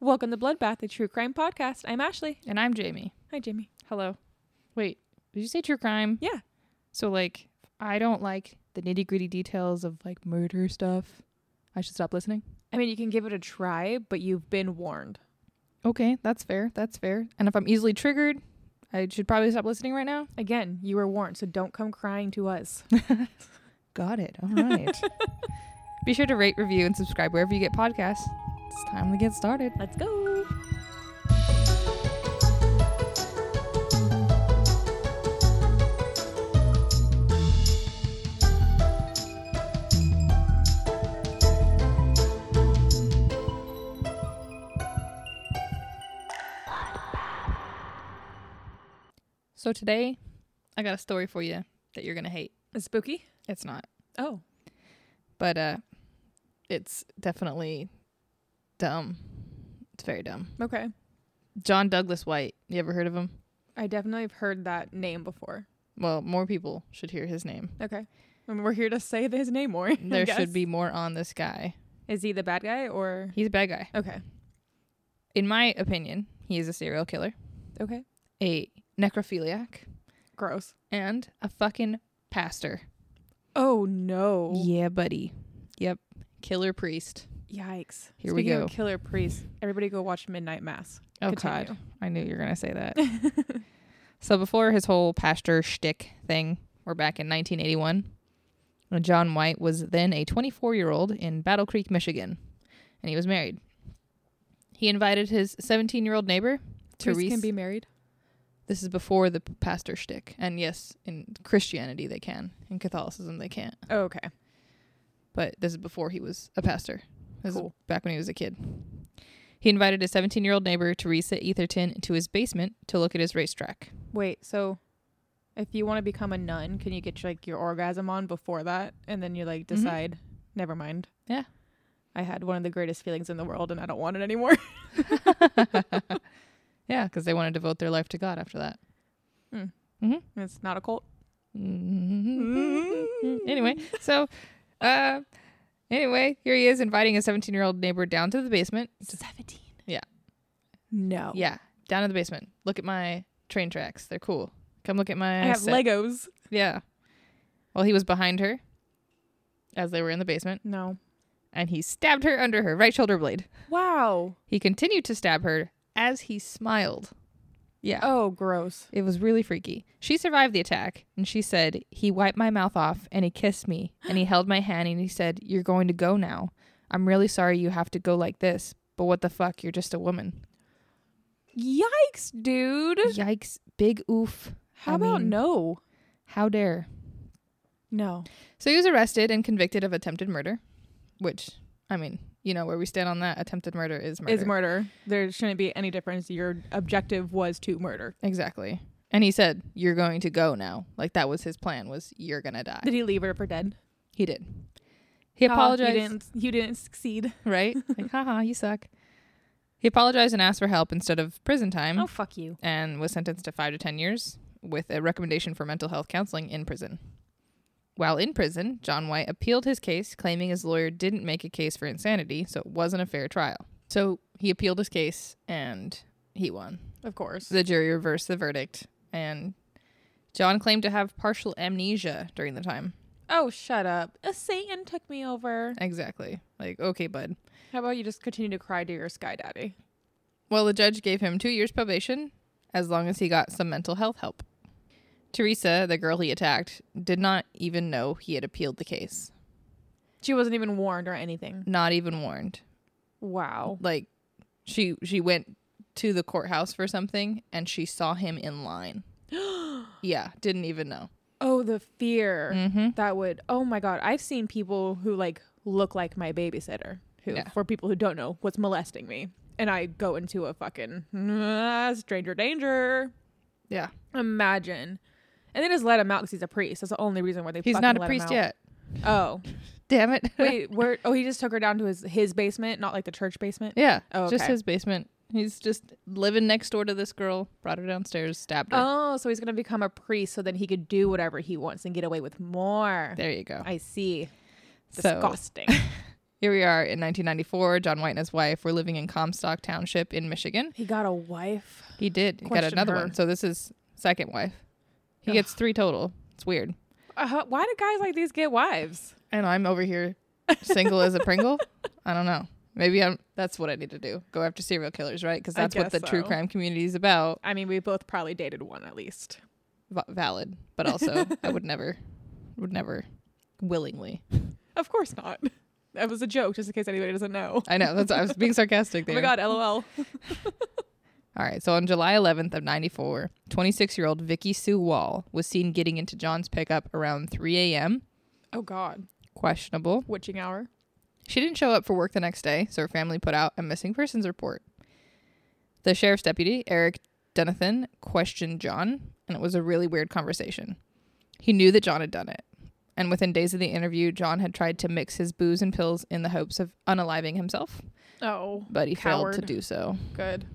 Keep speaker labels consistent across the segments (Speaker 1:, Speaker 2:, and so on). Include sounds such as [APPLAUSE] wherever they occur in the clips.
Speaker 1: Welcome to Bloodbath, the true crime podcast. I'm Ashley.
Speaker 2: And I'm Jamie.
Speaker 1: Hi, Jamie.
Speaker 2: Hello. Wait, did you say true crime?
Speaker 1: Yeah.
Speaker 2: So like I don't like the nitty gritty details of like murder stuff. I should stop listening.
Speaker 1: I mean, you can give it a try, but you've been warned.
Speaker 2: Okay, that's fair. That's fair. And if I'm easily triggered, I should probably stop listening right now.
Speaker 1: Again, you were warned, so don't come crying to us.
Speaker 2: Got it. All [LAUGHS] right. Be sure to rate, review, and subscribe wherever you get podcasts. It's time to get started.
Speaker 1: Let's go.
Speaker 2: So today, I got a story for you that you're gonna hate.
Speaker 1: Spooky?
Speaker 2: It's not,
Speaker 1: Oh.
Speaker 2: but uh, it's definitely dumb. It's very dumb.
Speaker 1: Okay.
Speaker 2: John Douglas White. You ever heard of him?
Speaker 1: I definitely have heard that name before.
Speaker 2: Well, more people should hear his name.
Speaker 1: Okay. And we're here to say his name more. [LAUGHS] I
Speaker 2: There
Speaker 1: guess.
Speaker 2: should be more on this guy.
Speaker 1: Is he the bad guy or.
Speaker 2: He's a bad guy.
Speaker 1: Okay.
Speaker 2: In my opinion, he is a serial killer,
Speaker 1: Okay.
Speaker 2: a necrophiliac,
Speaker 1: Gross.
Speaker 2: and a fucking pastor.
Speaker 1: Oh, no.
Speaker 2: Yeah, buddy. Yep. Killer priest.
Speaker 1: Yikes.
Speaker 2: Here
Speaker 1: Speaking
Speaker 2: we go.
Speaker 1: of killer priest, everybody go watch Midnight Mass.
Speaker 2: Oh
Speaker 1: Continue.
Speaker 2: God, I knew you were gonna say that. so before his whole pastor shtick thing, we're back in 1981. when John White was then a 24-year-old in Battle Creek, Michigan, and he was married. He invited his 17-year-old neighbor,
Speaker 1: Priests
Speaker 2: Therese.
Speaker 1: can be married.
Speaker 2: this is before the p- pastor shtick, and yes, in Christianity they can, in Catholicism they can't,
Speaker 1: Oh, okay.
Speaker 2: but this is before he was a pastor. This is
Speaker 1: Cool.
Speaker 2: back when he was a kid. He invited his 17-year-old neighbor Teresa Etherton into his basement to look at his racetrack.
Speaker 1: Wait, so if you want to become a nun, can you get like your orgasm on before that and then you like decide never mind.
Speaker 2: Mm-hmm. Yeah.
Speaker 1: I had one of the greatest feelings in the world and I don't want it anymore. [LAUGHS]
Speaker 2: [LAUGHS] Yeah, because they want to devote their life to God after that.
Speaker 1: Hmm.
Speaker 2: Mm-hmm.
Speaker 1: it's not a cult.
Speaker 2: [LAUGHS] Mm-hmm. anyway, so, uh, anyway, here he is inviting his 17 year old neighbor down to the basement.
Speaker 1: 17.
Speaker 2: Yeah.
Speaker 1: No.
Speaker 2: Yeah, down to the basement. Look at my train tracks. They're cool. Come look at my.
Speaker 1: I have
Speaker 2: set."
Speaker 1: Legos.
Speaker 2: Yeah. Well, he was behind her as they were in the basement,
Speaker 1: No.
Speaker 2: and he stabbed her under her right shoulder blade.
Speaker 1: Wow.
Speaker 2: He continued to stab her as he smiled. Yeah.
Speaker 1: Oh, gross.
Speaker 2: It was really freaky. She survived the attack, and she said, He wiped my mouth off, and he kissed me, and he held my hand, and he said, You're going to go now. I'm really sorry you have to go like this, but what the fuck? You're just a woman.
Speaker 1: [LAUGHS] Yikes, dude.
Speaker 2: Yikes. Big oof.
Speaker 1: How
Speaker 2: I
Speaker 1: about
Speaker 2: mean-
Speaker 1: no?
Speaker 2: How dare.
Speaker 1: No.
Speaker 2: So he was arrested and convicted of attempted murder, which, I mean, you know where we stand on that. Attempted murder is murder.
Speaker 1: Is murder. There shouldn't be any difference. Your objective was to murder.
Speaker 2: Exactly. And he said, You're going to go now. Like that was his plan, was you're gonna die.
Speaker 1: Did he leave her for dead?
Speaker 2: He did. He
Speaker 1: Aw,
Speaker 2: apologized.
Speaker 1: You didn't, you didn't succeed.
Speaker 2: right? [LAUGHS] like, haha, you suck. He apologized and asked for help instead of prison time
Speaker 1: Oh, fuck you.
Speaker 2: and was sentenced to five to 10 years with a recommendation for mental health counseling in prison. While in prison, John White appealed his case, claiming his lawyer didn't make a case for insanity, so it wasn't a fair trial. So he appealed his case and he won.
Speaker 1: Of course.
Speaker 2: The jury reversed the verdict, and John claimed to have partial amnesia during the time.
Speaker 1: Oh, shut up. A Satan took me over.
Speaker 2: Exactly. Like, okay, bud.
Speaker 1: How about you just continue to cry to your sky daddy?
Speaker 2: Well, the judge gave him two years probation as long as he got some mental health help. Teresa, the girl he attacked, did not even know he had appealed the case.
Speaker 1: She wasn't even warned or anything.
Speaker 2: Not even warned.
Speaker 1: Wow.
Speaker 2: Like she she went to the courthouse for something and she saw him
Speaker 1: [GASPS]
Speaker 2: in line. yeah, didn't even know.
Speaker 1: Oh, the fear
Speaker 2: Mhm.
Speaker 1: that would. Oh my God. I've seen people who like look like my babysitter, who,
Speaker 2: Yeah.
Speaker 1: for people who don't know, was molesting me. And I go into a fucking "Ah, stranger danger.
Speaker 2: Yeah.
Speaker 1: Imagine. And they just let him out because he's a priest. That's the only reason why they
Speaker 2: He's
Speaker 1: fucking
Speaker 2: not a
Speaker 1: let
Speaker 2: priest
Speaker 1: him out.
Speaker 2: yet. [LAUGHS]
Speaker 1: Oh.
Speaker 2: Damn it.
Speaker 1: Wait, where? Oh, he just took her down to his, his basement, not like the church basement?
Speaker 2: [LAUGHS] yeah.
Speaker 1: Oh,
Speaker 2: Just
Speaker 1: okay.
Speaker 2: his basement. He's just living next door to this girl, brought her downstairs, stabbed her.
Speaker 1: Oh, so he's gonna become a priest so then he could do whatever he wants and get away with more.
Speaker 2: There you go.
Speaker 1: I see.
Speaker 2: So- [LAUGHS]
Speaker 1: Disgusting.
Speaker 2: Here we are in 1994. John White and his wife were living in Comstock Township in Michigan.
Speaker 1: He got a wife.
Speaker 2: He did. He got
Speaker 1: Question
Speaker 2: another
Speaker 1: her.
Speaker 2: one. So this is second wife. He
Speaker 1: Ugh.
Speaker 2: gets three total. It's weird.
Speaker 1: Uh, why do guys like these get wives?
Speaker 2: And I'm over here single [LAUGHS] as a Pringle. I don't know. Maybe I'm. That's what I need to do. Go after serial killers, right? Because
Speaker 1: I
Speaker 2: that's what the
Speaker 1: guess
Speaker 2: true
Speaker 1: so.
Speaker 2: crime community is about.
Speaker 1: I mean, we both probably dated one at least.
Speaker 2: V- valid, but also I would never, would never, willingly.
Speaker 1: Of course not. That was a joke, just in case anybody doesn't know.
Speaker 2: I know. That's I was being sarcastic
Speaker 1: Oh
Speaker 2: [LAUGHS]
Speaker 1: my
Speaker 2: there.
Speaker 1: god, lol.
Speaker 2: All right. So on July 11th of 94, 26 year old Vicky Sue Wall was seen getting into John's pickup around 3 a.m.
Speaker 1: [LAUGHS] Oh god,
Speaker 2: Questionable.
Speaker 1: witching hour.
Speaker 2: She didn't show up for work the next day, so her family put out a missing persons report. The sheriff's deputy, Eric Dunathan, questioned John, and it was a really weird conversation. He knew that John had done it, and within days of the interview, John had tried to mix his booze and pills in the hopes of unaliving himself,
Speaker 1: Oh,
Speaker 2: but he failed to
Speaker 1: Coward.
Speaker 2: do so.
Speaker 1: good.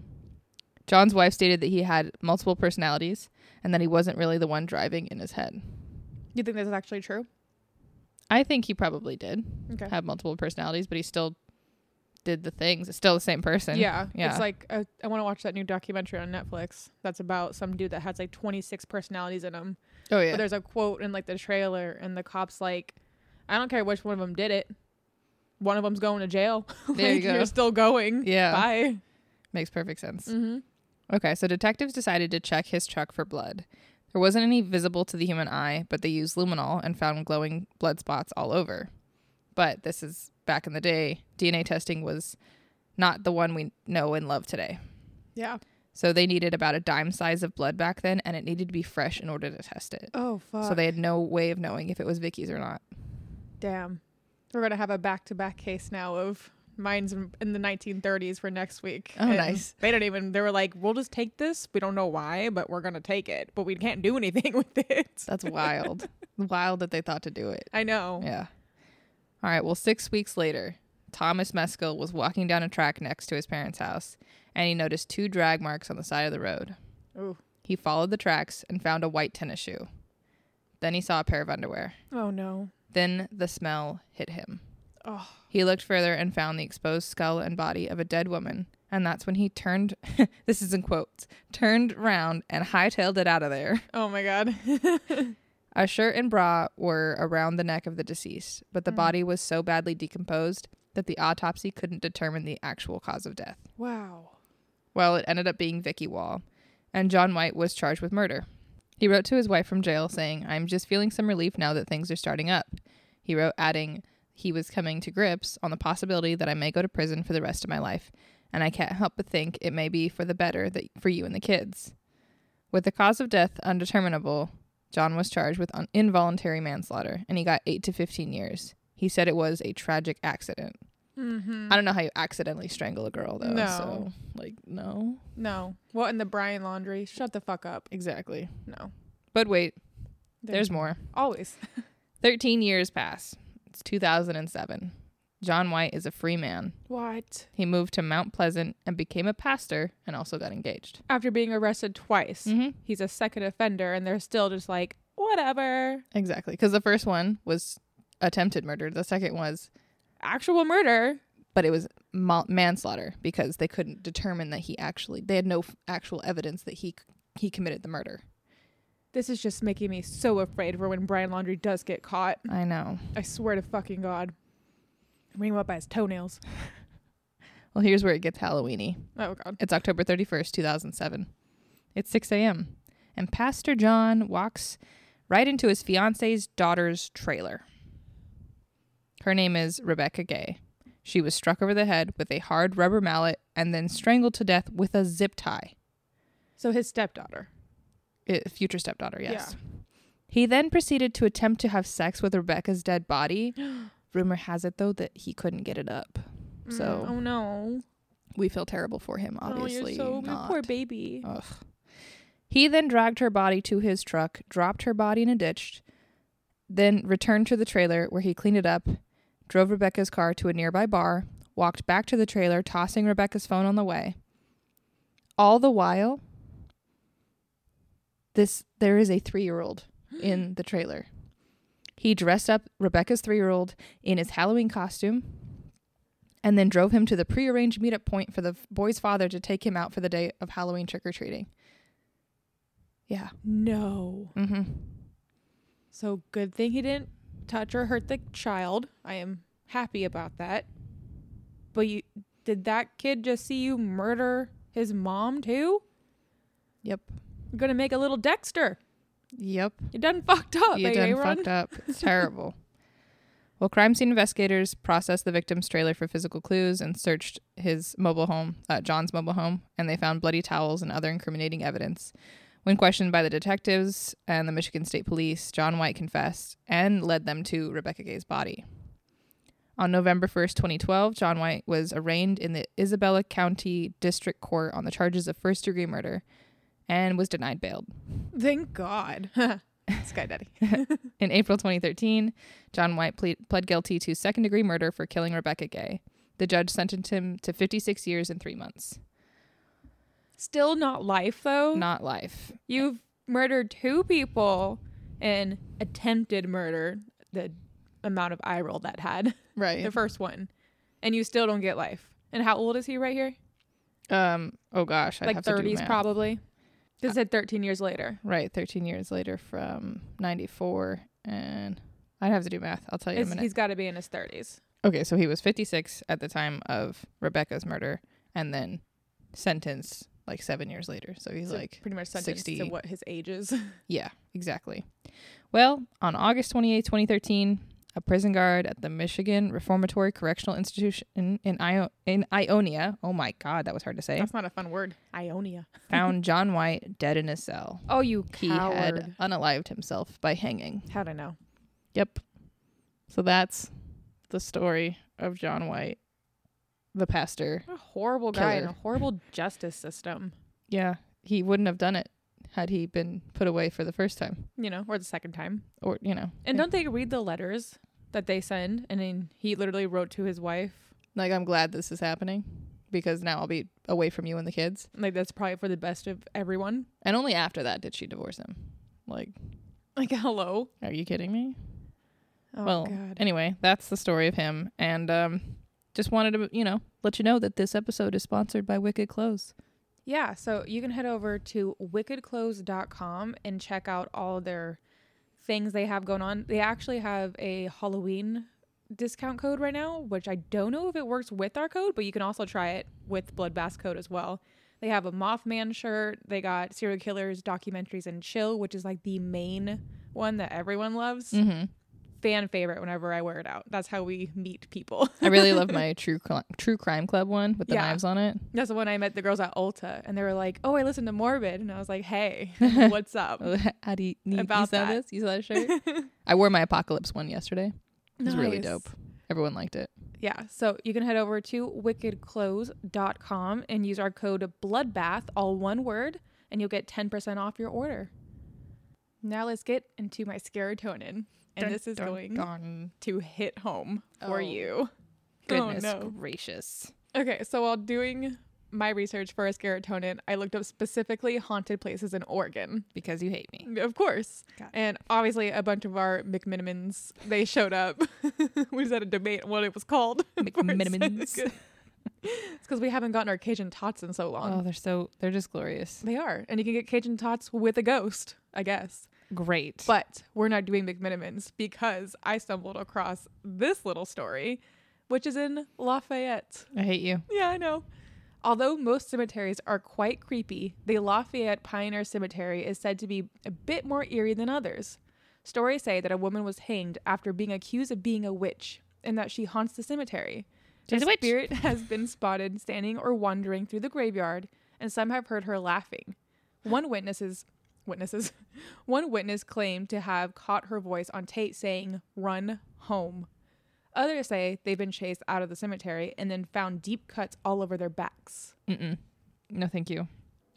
Speaker 2: John's wife stated that he had multiple personalities and that he wasn't really the one driving in his head.
Speaker 1: You think this is actually true?
Speaker 2: I think he probably did
Speaker 1: Okay.
Speaker 2: have multiple personalities, but he still did the things. It's still the same person.
Speaker 1: Yeah,
Speaker 2: Yeah.
Speaker 1: It's like uh, I want to watch that new documentary on Netflix. That's about some dude that has like 26 personalities in him.
Speaker 2: Oh
Speaker 1: But there's a quote in like the trailer, and the cops like, I don't care which one of them did it. One of them's going to jail. [LAUGHS]
Speaker 2: There you
Speaker 1: Like,
Speaker 2: go.
Speaker 1: You're still going.
Speaker 2: [LAUGHS] Yeah.
Speaker 1: Bye.
Speaker 2: Makes perfect sense.
Speaker 1: Mm-hmm.
Speaker 2: Okay, so detectives decided to check his truck for blood. There wasn't any visible to the human eye, but they used luminol and found glowing blood spots all over. But this is back in the day. DNA testing was not the one we know and love today.
Speaker 1: Yeah.
Speaker 2: So they needed about a dime size of blood back then, and it needed to be fresh in order to test it.
Speaker 1: Oh fuck.
Speaker 2: So they had no way of knowing if it was Vicky's or not.
Speaker 1: Damn. We're gonna have a back to back case now of mines in, in the 1930s for next week.
Speaker 2: Oh, nice.
Speaker 1: They don't even. They were like, "We'll just take this. We don't know why, but we're gonna take it. But we can't do [LAUGHS] anything with it."
Speaker 2: That's wild. [LAUGHS] wild that they thought to do it.
Speaker 1: I know.
Speaker 2: Yeah. All right. Well, six weeks later, Thomas Meskill was walking down a track next to his parents' house, and he noticed two drag marks on the side of the road.
Speaker 1: Ooh.
Speaker 2: He followed the tracks and found a white tennis shoe. Then he saw a pair of underwear.
Speaker 1: Oh no.
Speaker 2: Then the smell hit him.
Speaker 1: Oh.
Speaker 2: He looked further and found the exposed skull and body of a dead woman, and that's when he turned [LAUGHS] this is in quotes turned round and hightailed it out of there.
Speaker 1: Oh my god.
Speaker 2: A shirt and bra were around the neck of the deceased, but the body was so badly decomposed that the autopsy couldn't determine the actual cause of death.
Speaker 1: wow.
Speaker 2: Well, it ended up being Vicky Wall, and John White was charged with murder. He wrote to his wife from jail saying, I'm just feeling some relief now that things are starting up. He wrote, adding, he was coming to grips on the possibility that I may go to prison for the rest of my life, and I can't help but think it may be for the better that for you and the kids. With the cause of death undeterminable, John was charged with un- involuntary manslaughter, and he got 8 to 15 years. He said it was a tragic accident.
Speaker 1: Mm-hmm.
Speaker 2: I don't know how you accidentally strangle a girl, though.
Speaker 1: No.
Speaker 2: So, like, no.
Speaker 1: No. What in the Brian Laundry? Shut the fuck up.
Speaker 2: Exactly.
Speaker 1: No.
Speaker 2: But wait, there's more.
Speaker 1: always. [LAUGHS]
Speaker 2: 13 years pass. It's 2007. John White is a free man.
Speaker 1: What?
Speaker 2: He moved to Mount Pleasant and became a pastor and also got engaged.
Speaker 1: After being arrested twice,
Speaker 2: Mhm.
Speaker 1: he's a second offender, and they're still just like, whatever.
Speaker 2: Exactly. Because the first one was attempted murder, the second was,
Speaker 1: Actual murder.
Speaker 2: but it was ma- manslaughter because they couldn't determine that he actually, they had no f- actual evidence that he c- he committed the murder.
Speaker 1: This is just making me so afraid for when Brian Laundry does get caught.
Speaker 2: I know.
Speaker 1: I swear to fucking God. Ring him up by his toenails.
Speaker 2: Well, here's where it gets Halloweeny.
Speaker 1: Oh God.
Speaker 2: It's October 31st, 2007. It's 6 a.m. And Pastor John walks right into his fiance's daughter's trailer. Her name is Rebecca Gay. She was struck over the head with a hard rubber mallet and then strangled to death with a zip tie.
Speaker 1: So his stepdaughter.
Speaker 2: I- future stepdaughter, yes. He then proceeded to attempt to have sex with Rebecca's
Speaker 1: [GASPS]
Speaker 2: dead body. Rumor has it, though, that he couldn't get it up.
Speaker 1: Mm,
Speaker 2: So-
Speaker 1: oh no.
Speaker 2: We feel terrible for him, obviously.
Speaker 1: oh, you're so
Speaker 2: not.
Speaker 1: your poor baby.
Speaker 2: Ugh. He then dragged her body to his truck, dropped her body in a ditch, then returned to the trailer where he cleaned it up, drove Rebecca's car to a nearby bar, walked back to the trailer, tossing Rebecca's phone on the way. All the while, this there is a three-year-old in the trailer. He dressed up Rebecca's three-year-old in his Halloween costume, and then drove him to the prearranged meetup point for the f- boy's father to take him out for the day of Halloween trick or treating. Yeah.
Speaker 1: No.
Speaker 2: Mm-hmm.
Speaker 1: So good thing he didn't touch or hurt the child. I am happy about that. But you did that kid just see you murder his mom too?
Speaker 2: Yep.
Speaker 1: You're gonna make a little Dexter.
Speaker 2: Yep.
Speaker 1: You done fucked up.
Speaker 2: you
Speaker 1: eh,
Speaker 2: done
Speaker 1: Aaron?
Speaker 2: fucked up. It's terrible. Well, crime scene investigators processed the victim's trailer for physical clues and searched his mobile home, uh, John's mobile home, and they found bloody towels and other incriminating evidence. When questioned by the detectives and the Michigan State Police, John White confessed and led them to Rebecca Gay's body. On November 1st, 2012, John White was arraigned in the Isabella County District Court on the charges of first degree murder and was denied bail.
Speaker 1: Thank God. [LAUGHS] Sky Daddy.
Speaker 2: [LAUGHS]
Speaker 1: [LAUGHS]
Speaker 2: In April 2013, John White plead, pled guilty to second degree murder for killing Rebecca Gay. The judge sentenced him to 56 years and three months.
Speaker 1: Still not life though.
Speaker 2: Not life.
Speaker 1: You've murdered two people and attempted murder. The amount of eye roll that had. [LAUGHS]
Speaker 2: Right.
Speaker 1: The first one. And you still don't get life. And how old is he right here?
Speaker 2: Um. Oh gosh. I'd
Speaker 1: like
Speaker 2: have to do
Speaker 1: 30s
Speaker 2: math. Uh,
Speaker 1: probably. This said 13 years later.
Speaker 2: Right. 13 years later from 94, and I'd have to do math. I'll tell you in a
Speaker 1: It's-
Speaker 2: minute.
Speaker 1: he's got to be in his 30s.
Speaker 2: Okay. So he was 56 at the time of Rebecca's murder, and then sentenced like seven years later. So he's
Speaker 1: So
Speaker 2: like
Speaker 1: pretty much sentenced
Speaker 2: 60.
Speaker 1: to what his age is.
Speaker 2: Yeah, exactly. Well, on August 28, 2013, a prison guard at the Michigan Reformatory Correctional Institution in, Io- in Ionia, oh my God, that was hard
Speaker 1: [LAUGHS]
Speaker 2: to say,
Speaker 1: That's not a fun word. Ionia.
Speaker 2: found John White dead in his cell.
Speaker 1: Oh, you
Speaker 2: He had unalived himself by hanging.
Speaker 1: How to know?
Speaker 2: Yep. So that's the story of John White, the pastor.
Speaker 1: What a horrible guy and
Speaker 2: Killer.
Speaker 1: a horrible justice system.
Speaker 2: Yeah, he wouldn't have done it had he been put away for the first time.
Speaker 1: You know, or the second time.
Speaker 2: Or, you know,
Speaker 1: And don't they read the letters that they send? And then he literally wrote to his wife.
Speaker 2: like I'm glad this is happening because now I'll be away from you and the kids.
Speaker 1: Like that's probably for the best of everyone.
Speaker 2: And only after that did she divorce him. Like,
Speaker 1: Like [LAUGHS] hello.
Speaker 2: are you kidding me?
Speaker 1: Oh
Speaker 2: well,
Speaker 1: god.
Speaker 2: anyway, that's the story of him. And um, just wanted to, you know, let you know that this episode is sponsored by Wicked Clothes.
Speaker 1: Yeah, so you can head over to wickedclothes.com and check out all of their things they have going on. They actually have a Halloween discount code right now, which I don't know if it works with our code, but you can also try it with Bloodbath code as well. They have a Mothman shirt. They got serial killers, documentaries, and chill, which is like the main one that everyone loves.
Speaker 2: Mm-hmm.
Speaker 1: Fan favorite whenever I wear it out. That's how we meet people. [LAUGHS]
Speaker 2: I really love my true cl- true crime club one with the
Speaker 1: Yeah.
Speaker 2: knives on it. [LAUGHS]
Speaker 1: That's the one I met the girls at Ulta, and they were like, "Oh, I listen to Morbid," and I was like, "Hey, [LAUGHS] what's up?"
Speaker 2: How do you, you, you
Speaker 1: About
Speaker 2: saw
Speaker 1: that.
Speaker 2: this? You saw that shirt?
Speaker 1: [LAUGHS]
Speaker 2: I wore my apocalypse one yesterday. It was really
Speaker 1: Nice.
Speaker 2: dope. Everyone liked it.
Speaker 1: Yeah, so you can head over to wickedclothes.com and use our code bloodbath, all one word, and you'll get 10% off your order. Now let's get into my serotonin, and this is going to hit home for
Speaker 2: Oh.
Speaker 1: you.
Speaker 2: Goodness
Speaker 1: Oh, no.
Speaker 2: gracious.
Speaker 1: Okay, so while doing my research for a serotonin, I looked up specifically haunted places in Oregon.
Speaker 2: Because you hate me.
Speaker 1: Of course.
Speaker 2: Got it.
Speaker 1: And obviously, a bunch of our McMinimins, they showed up. [LAUGHS] we just had a debate on what it was called. [LAUGHS] for a second.
Speaker 2: McMinimins.
Speaker 1: it's because we haven't gotten our Cajun tots in so long.
Speaker 2: Oh, they're so they're just glorious.
Speaker 1: They are. And you can get Cajun tots with a ghost, I guess.
Speaker 2: Great.
Speaker 1: But we're not doing McMinimins because I stumbled across this little story, which is in Lafayette.
Speaker 2: I hate you.
Speaker 1: Yeah, I know. Although most cemeteries are quite creepy, the Lafayette Pioneer Cemetery is said to be a bit more eerie than others. Stories say that a woman was hanged after being accused of being a witch and that she haunts the cemetery.
Speaker 2: She's
Speaker 1: Her
Speaker 2: a witch.
Speaker 1: spirit has been spotted standing or wandering through the graveyard, and some have heard her laughing. One witnesses witnesses [LAUGHS] one witness claimed to have caught her voice on tape saying, "Run home." Others say they've been chased out of the cemetery and then found deep cuts all over their backs.
Speaker 2: Mm-mm. No, thank you.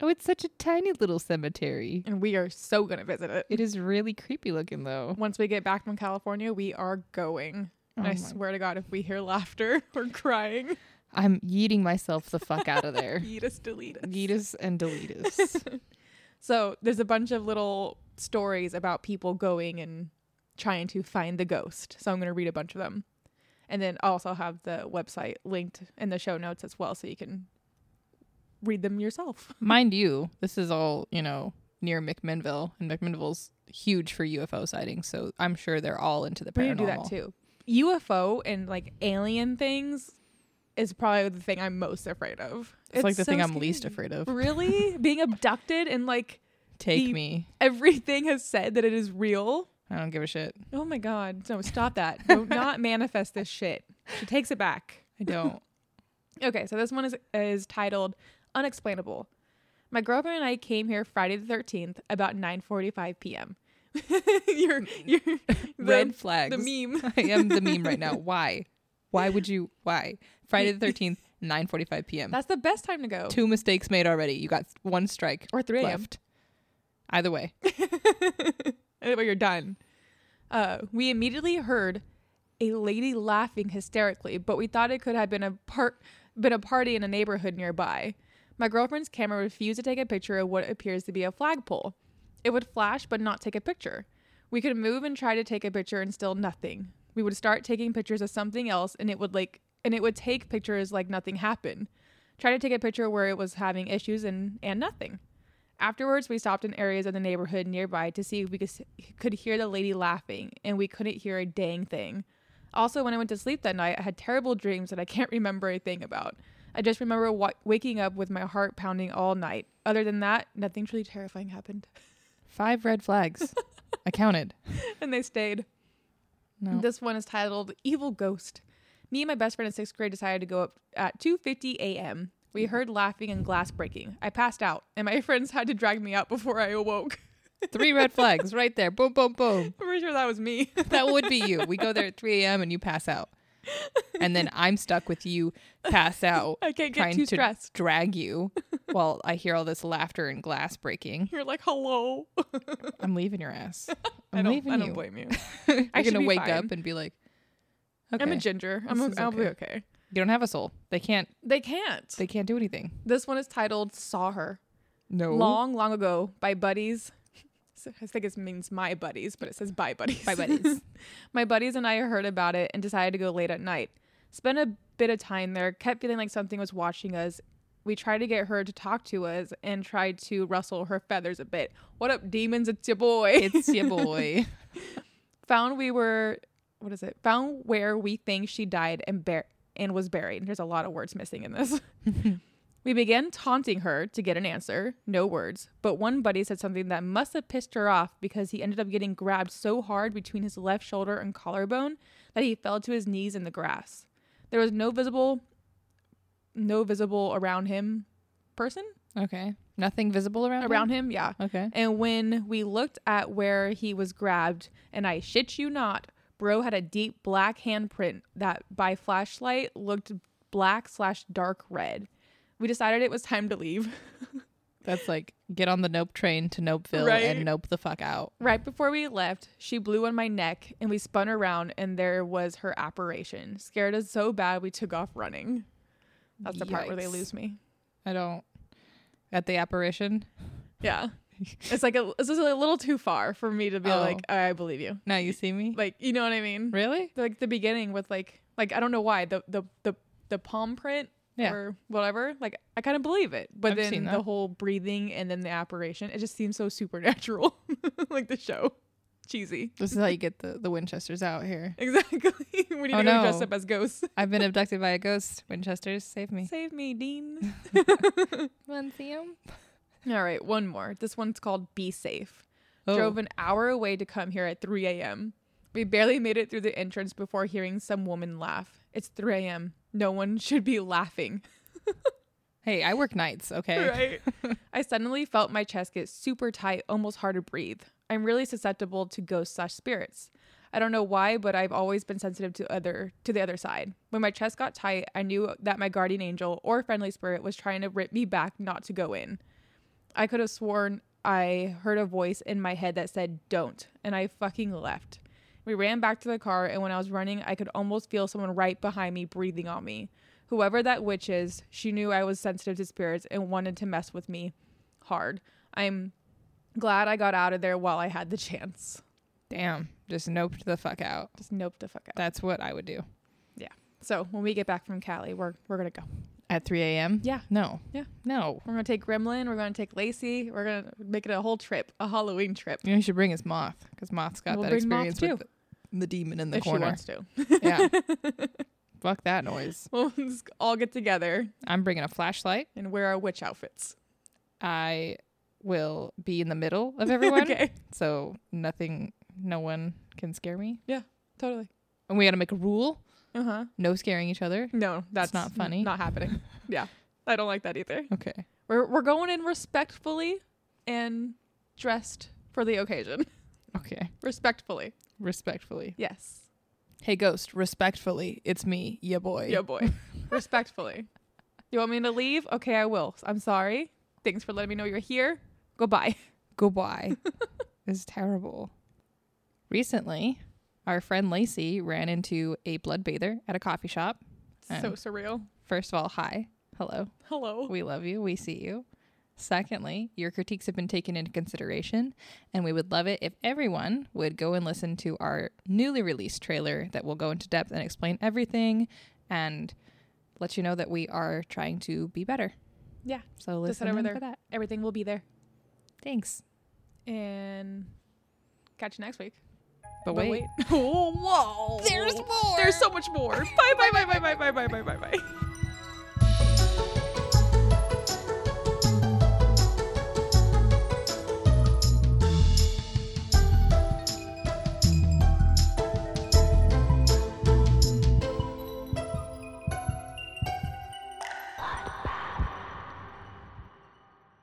Speaker 2: Oh, it's such a tiny little cemetery.
Speaker 1: And we are so going to visit it.
Speaker 2: It is really creepy looking, though.
Speaker 1: Once we get back from California, we are going. And
Speaker 2: Oh
Speaker 1: I
Speaker 2: my-
Speaker 1: swear to God, if we hear laughter [LAUGHS] or
Speaker 2: [LAUGHS]
Speaker 1: crying,
Speaker 2: I'm yeeting myself the fuck out of [LAUGHS] there.
Speaker 1: eat us, delete us.
Speaker 2: Yeetus and deletus.
Speaker 1: So there's a bunch of little stories about people going and trying to find the ghost. So I'm going to read a bunch of them. And then I'll also have the website linked in the show notes as well so you can read them yourself.
Speaker 2: [LAUGHS] Mind you, this is all, you know, near McMinnville, and McMinnville's huge for UFO sightings, so I'm sure they're all into the paranormal.
Speaker 1: We do that too. UFO and like alien things is probably the thing I'm most afraid of.
Speaker 2: It's, like the
Speaker 1: so
Speaker 2: thing I'm
Speaker 1: scary.
Speaker 2: least afraid of. [LAUGHS]
Speaker 1: Really? Being abducted and like
Speaker 2: Take
Speaker 1: The-
Speaker 2: me.
Speaker 1: everything has said that it is real.
Speaker 2: I don't give a shit.
Speaker 1: Oh my god. No, stop that.
Speaker 2: [LAUGHS]
Speaker 1: Do not manifest this shit. She takes it back. [LAUGHS]
Speaker 2: I don't.
Speaker 1: Okay, so this one is is titled Unexplainable. My girlfriend and I came here Friday the 13th about 9:45 p.m. [LAUGHS] you're you're the,
Speaker 2: [LAUGHS] Red flags.
Speaker 1: the meme.
Speaker 2: [LAUGHS] I am the meme
Speaker 1: [LAUGHS]
Speaker 2: right now. Why? Why would you? Why? Friday the 13th, 9:45 p.m.
Speaker 1: That's the best time to go.
Speaker 2: Two mistakes made already. You got one strike
Speaker 1: or 3 a.m.
Speaker 2: left. Either way,
Speaker 1: [LAUGHS] anyway, you're done. Uh, we immediately heard a lady laughing hysterically, but we thought it could have been a part been a party in a neighborhood nearby. My girlfriend's camera refused to take a picture of what appears to be a flagpole. It would flash but not take a picture. We could move and try to take a picture and still nothing. We would start taking pictures of something else and it would like and it would take pictures like nothing happened. Try to take a picture where it was having issues and and nothing. Afterwards, we stopped in areas of the neighborhood nearby to see if we could, s- could hear the lady laughing, and we couldn't hear a dang thing. Also, when I went to sleep that night, I had terrible dreams that I can't [LAUGHS] remember a thing about. I just remember wa- waking up with my heart pounding all night. Other than that, nothing truly terrifying happened. [LAUGHS]
Speaker 2: five red flags. [LAUGHS] I counted.
Speaker 1: and they stayed.
Speaker 2: No.
Speaker 1: This one is titled "Evil Ghost." Me and my best friend in sixth grade decided to go up at 2:50 a.m. We heard laughing and glass breaking. I passed out, and my [LAUGHS] friends had to drag me out before I awoke. [LAUGHS]
Speaker 2: Three red flags right there. Boom, boom, boom.
Speaker 1: I'm pretty sure that was me.
Speaker 2: That would be you. We go there at 3 a.m. and you pass out. And then I'm stuck with you, pass out,
Speaker 1: I can't [LAUGHS] get
Speaker 2: trying
Speaker 1: too
Speaker 2: to
Speaker 1: stressed. [LAUGHS]
Speaker 2: drag you while I hear all this laughter and glass breaking.
Speaker 1: You're like, hello.
Speaker 2: I'm leaving your ass. I'm
Speaker 1: [LAUGHS] I don't,
Speaker 2: leaving
Speaker 1: I don't
Speaker 2: you.
Speaker 1: blame
Speaker 2: [LAUGHS]
Speaker 1: you.
Speaker 2: You're
Speaker 1: I should
Speaker 2: gonna
Speaker 1: be
Speaker 2: wake
Speaker 1: fine.
Speaker 2: up and be like, okay,
Speaker 1: I'm a ginger. I'm
Speaker 2: This
Speaker 1: o-
Speaker 2: is
Speaker 1: I'll be
Speaker 2: okay.
Speaker 1: okay.
Speaker 2: you don't have a soul. They can't.
Speaker 1: They can't.
Speaker 2: They can't do anything.
Speaker 1: this one is titled Saw Her.
Speaker 2: No.
Speaker 1: Long, long ago by buddies. [LAUGHS] So I think it means my buddies, but it says by buddies.
Speaker 2: By buddies.
Speaker 1: [LAUGHS] my buddies and I heard about it and decided to go late at night. Spent a bit of time there, kept feeling like something was watching us. We tried to get her to talk to us and tried to rustle her feathers a bit. What up, demons? It's your boy.
Speaker 2: it's
Speaker 1: [LAUGHS]
Speaker 2: your boy.
Speaker 1: found we were what is it found where we think she died and bur- and was buried there's a lot of words missing in this [LAUGHS] we began taunting her to get an answer no words but one buddy said something that must have pissed her off because he ended up getting grabbed so hard between his left shoulder and collarbone that he fell to his knees in the grass there was no visible no visible around him person
Speaker 2: Okay. Nothing visible around.
Speaker 1: around him yeah
Speaker 2: Him? Okay.
Speaker 1: and when we looked at where he was grabbed, and I shit you not, bro had a deep black handprint that by flashlight looked black slash dark red. We decided it was time to leave. [LAUGHS]
Speaker 2: That's like get on the nope train to Nopeville
Speaker 1: Right.
Speaker 2: and nope the fuck out.
Speaker 1: Right before we left, she blew on my neck and we spun around and there was her apparition. Scared us so bad we took off running. That's the part where they
Speaker 2: Yikes.
Speaker 1: lose me.
Speaker 2: I don't. At the apparition.
Speaker 1: Yeah. It's like a, it's just a little too far for me to be
Speaker 2: [LAUGHS] Oh.
Speaker 1: like, I believe you.
Speaker 2: Now you see me.
Speaker 1: Like, you know what I mean?
Speaker 2: really?
Speaker 1: like the beginning with like like I don't know why the the the, the palm print
Speaker 2: Yeah.
Speaker 1: or whatever. Like I kind of believe it, but
Speaker 2: I've seen
Speaker 1: then
Speaker 2: that.
Speaker 1: the whole breathing and then the apparition, it just seems so supernatural, [LAUGHS] like the show, cheesy. [LAUGHS]
Speaker 2: This is how you get the the Winchesters out here.
Speaker 1: Exactly. [LAUGHS] when you go
Speaker 2: Oh, no.
Speaker 1: dress up as
Speaker 2: [LAUGHS]
Speaker 1: ghosts,
Speaker 2: I've been abducted by a ghost. Winchesters, save me.
Speaker 1: save me, Dean. [LAUGHS]
Speaker 2: One see him.
Speaker 1: All right, one more. This one's called "Be Safe."
Speaker 2: Oh.
Speaker 1: drove an hour away to come here at 3 a.m. We barely made it through the entrance before hearing some woman laugh. It's 3 a.m. No one should be laughing.
Speaker 2: Hey, I work nights. [LAUGHS] Okay.
Speaker 1: Right. [LAUGHS] I suddenly felt my chest get super tight, almost hard to breathe. I'm really susceptible to ghosts slash spirits. I don't know why, but I've always been sensitive to other to the other side. When my chest got tight, I knew that my guardian angel or friendly spirit was trying to rip me back not to go in. I could have sworn I heard a voice in my head that said, Don't, and I fucking left. We ran back to the car, and when I was running, I could almost feel someone right behind me breathing on me. Whoever that witch is, she knew I was sensitive to spirits and wanted to mess with me hard. I'm glad I got out of there while I had the chance.
Speaker 2: Damn. Just noped the fuck out.
Speaker 1: Just nope the fuck out.
Speaker 2: That's what I would do.
Speaker 1: So when we get back from Cali, we're we're gonna go.
Speaker 2: At 3 a.m.
Speaker 1: Yeah.
Speaker 2: No.
Speaker 1: Yeah.
Speaker 2: No.
Speaker 1: We're gonna take Gremlin. We're gonna take Lacey. We're gonna make it a whole trip, a Halloween trip.
Speaker 2: You know, he should bring his moth because moth's got
Speaker 1: We'll
Speaker 2: that
Speaker 1: bring Moth
Speaker 2: experience with the, the demon in the
Speaker 1: if she
Speaker 2: corner.
Speaker 1: wants to.
Speaker 2: yeah. Fuck that noise.
Speaker 1: [LAUGHS] We'll just all get together
Speaker 2: I'm bringing a flashlight.
Speaker 1: and wear our witch outfits.
Speaker 2: I will be in the middle
Speaker 1: [LAUGHS]
Speaker 2: of everyone.
Speaker 1: okay,
Speaker 2: So nothing, no one can scare me.
Speaker 1: totally.
Speaker 2: And we got to make a rule
Speaker 1: Uh huh.
Speaker 2: no scaring each other.
Speaker 1: No, that's
Speaker 2: not funny.
Speaker 1: Not
Speaker 2: [LAUGHS]
Speaker 1: happening. yeah, I don't like that either.
Speaker 2: Okay.
Speaker 1: We're we're going in respectfully and dressed for the occasion. [LAUGHS]
Speaker 2: Okay.
Speaker 1: Respectfully,
Speaker 2: Respectfully.
Speaker 1: yes.
Speaker 2: Hey, ghost, respectfully, it's me, ya boy.
Speaker 1: Yo, [LAUGHS] boy. Respectfully. You want me to leave? Okay, I will. I'm sorry. Thanks for letting me know you're here. Goodbye.
Speaker 2: Goodbye. this is terrible. Recently, our friend Lacey ran into a bloodbather at a coffee shop.
Speaker 1: So
Speaker 2: Um,
Speaker 1: surreal.
Speaker 2: First of all, hi. Hello.
Speaker 1: Hello.
Speaker 2: We love you. We see you. Secondly, your critiques have been taken into consideration, and we would love it if everyone would go and listen to our newly released trailer that will go into depth and explain everything and let you know that we are trying to be better.
Speaker 1: Yeah.
Speaker 2: So
Speaker 1: Just
Speaker 2: listen
Speaker 1: head over
Speaker 2: in
Speaker 1: there.
Speaker 2: for that.
Speaker 1: Everything will be there.
Speaker 2: Thanks.
Speaker 1: And catch you next week.
Speaker 2: But, wait.
Speaker 1: [LAUGHS] Oh, whoa.
Speaker 2: There's more.
Speaker 1: There's so much more. bye, bye, bye, bye, bye, bye, bye, bye, bye, bye.